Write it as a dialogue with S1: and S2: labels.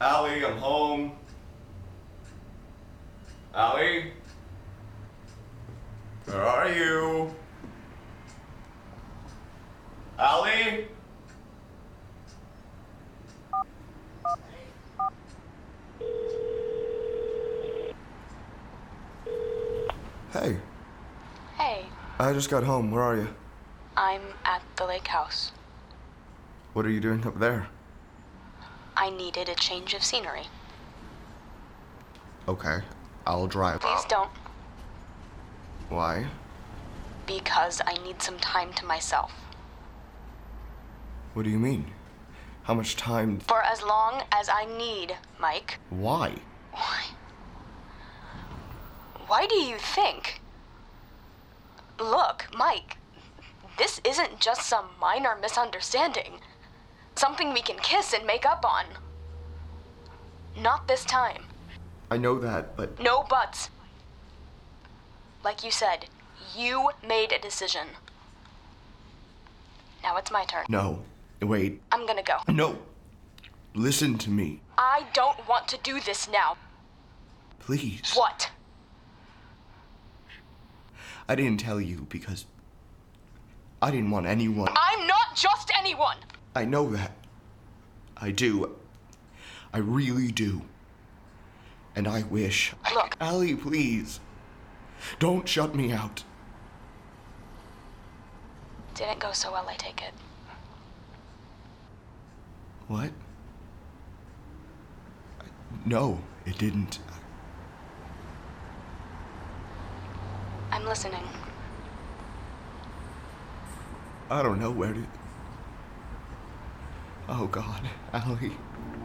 S1: Allie, I'm home. Allie, where are you? Allie?
S2: Hey,
S3: Hey,
S2: I just got home. Where are you?
S3: I'm at the lake house.
S2: What are you doing up there?
S3: I needed a change of scenery.
S2: Okay, I'll drive.
S3: Please don't,
S2: Why?
S3: because I need some time to myself.
S2: What do you mean? How much time?
S3: For as long as I need, Mike.
S2: Why?
S3: Why? Why do you think? Look, Mike, this isn't just some minor misunderstanding. Something we can kiss and make up on. Not this time.
S2: I know that, but
S3: No buts. Like you said, you made a decision. Now it's my turn.
S2: no. Wait,
S3: I'm gonna go.
S2: no. Listen to me,
S3: I don't want to do this now.
S2: please.
S3: What?
S2: I didn't tell you because I didn't want anyone.
S3: I'm not just anyone!
S2: I know that. I do. I really do. And I wish.
S3: Look.
S2: Allie, please. Don't shut me out.
S3: Didn't go so well, I take it.
S2: What? No, it didn't.
S3: I'm listening.
S2: I don't know where to. Oh God, Allie.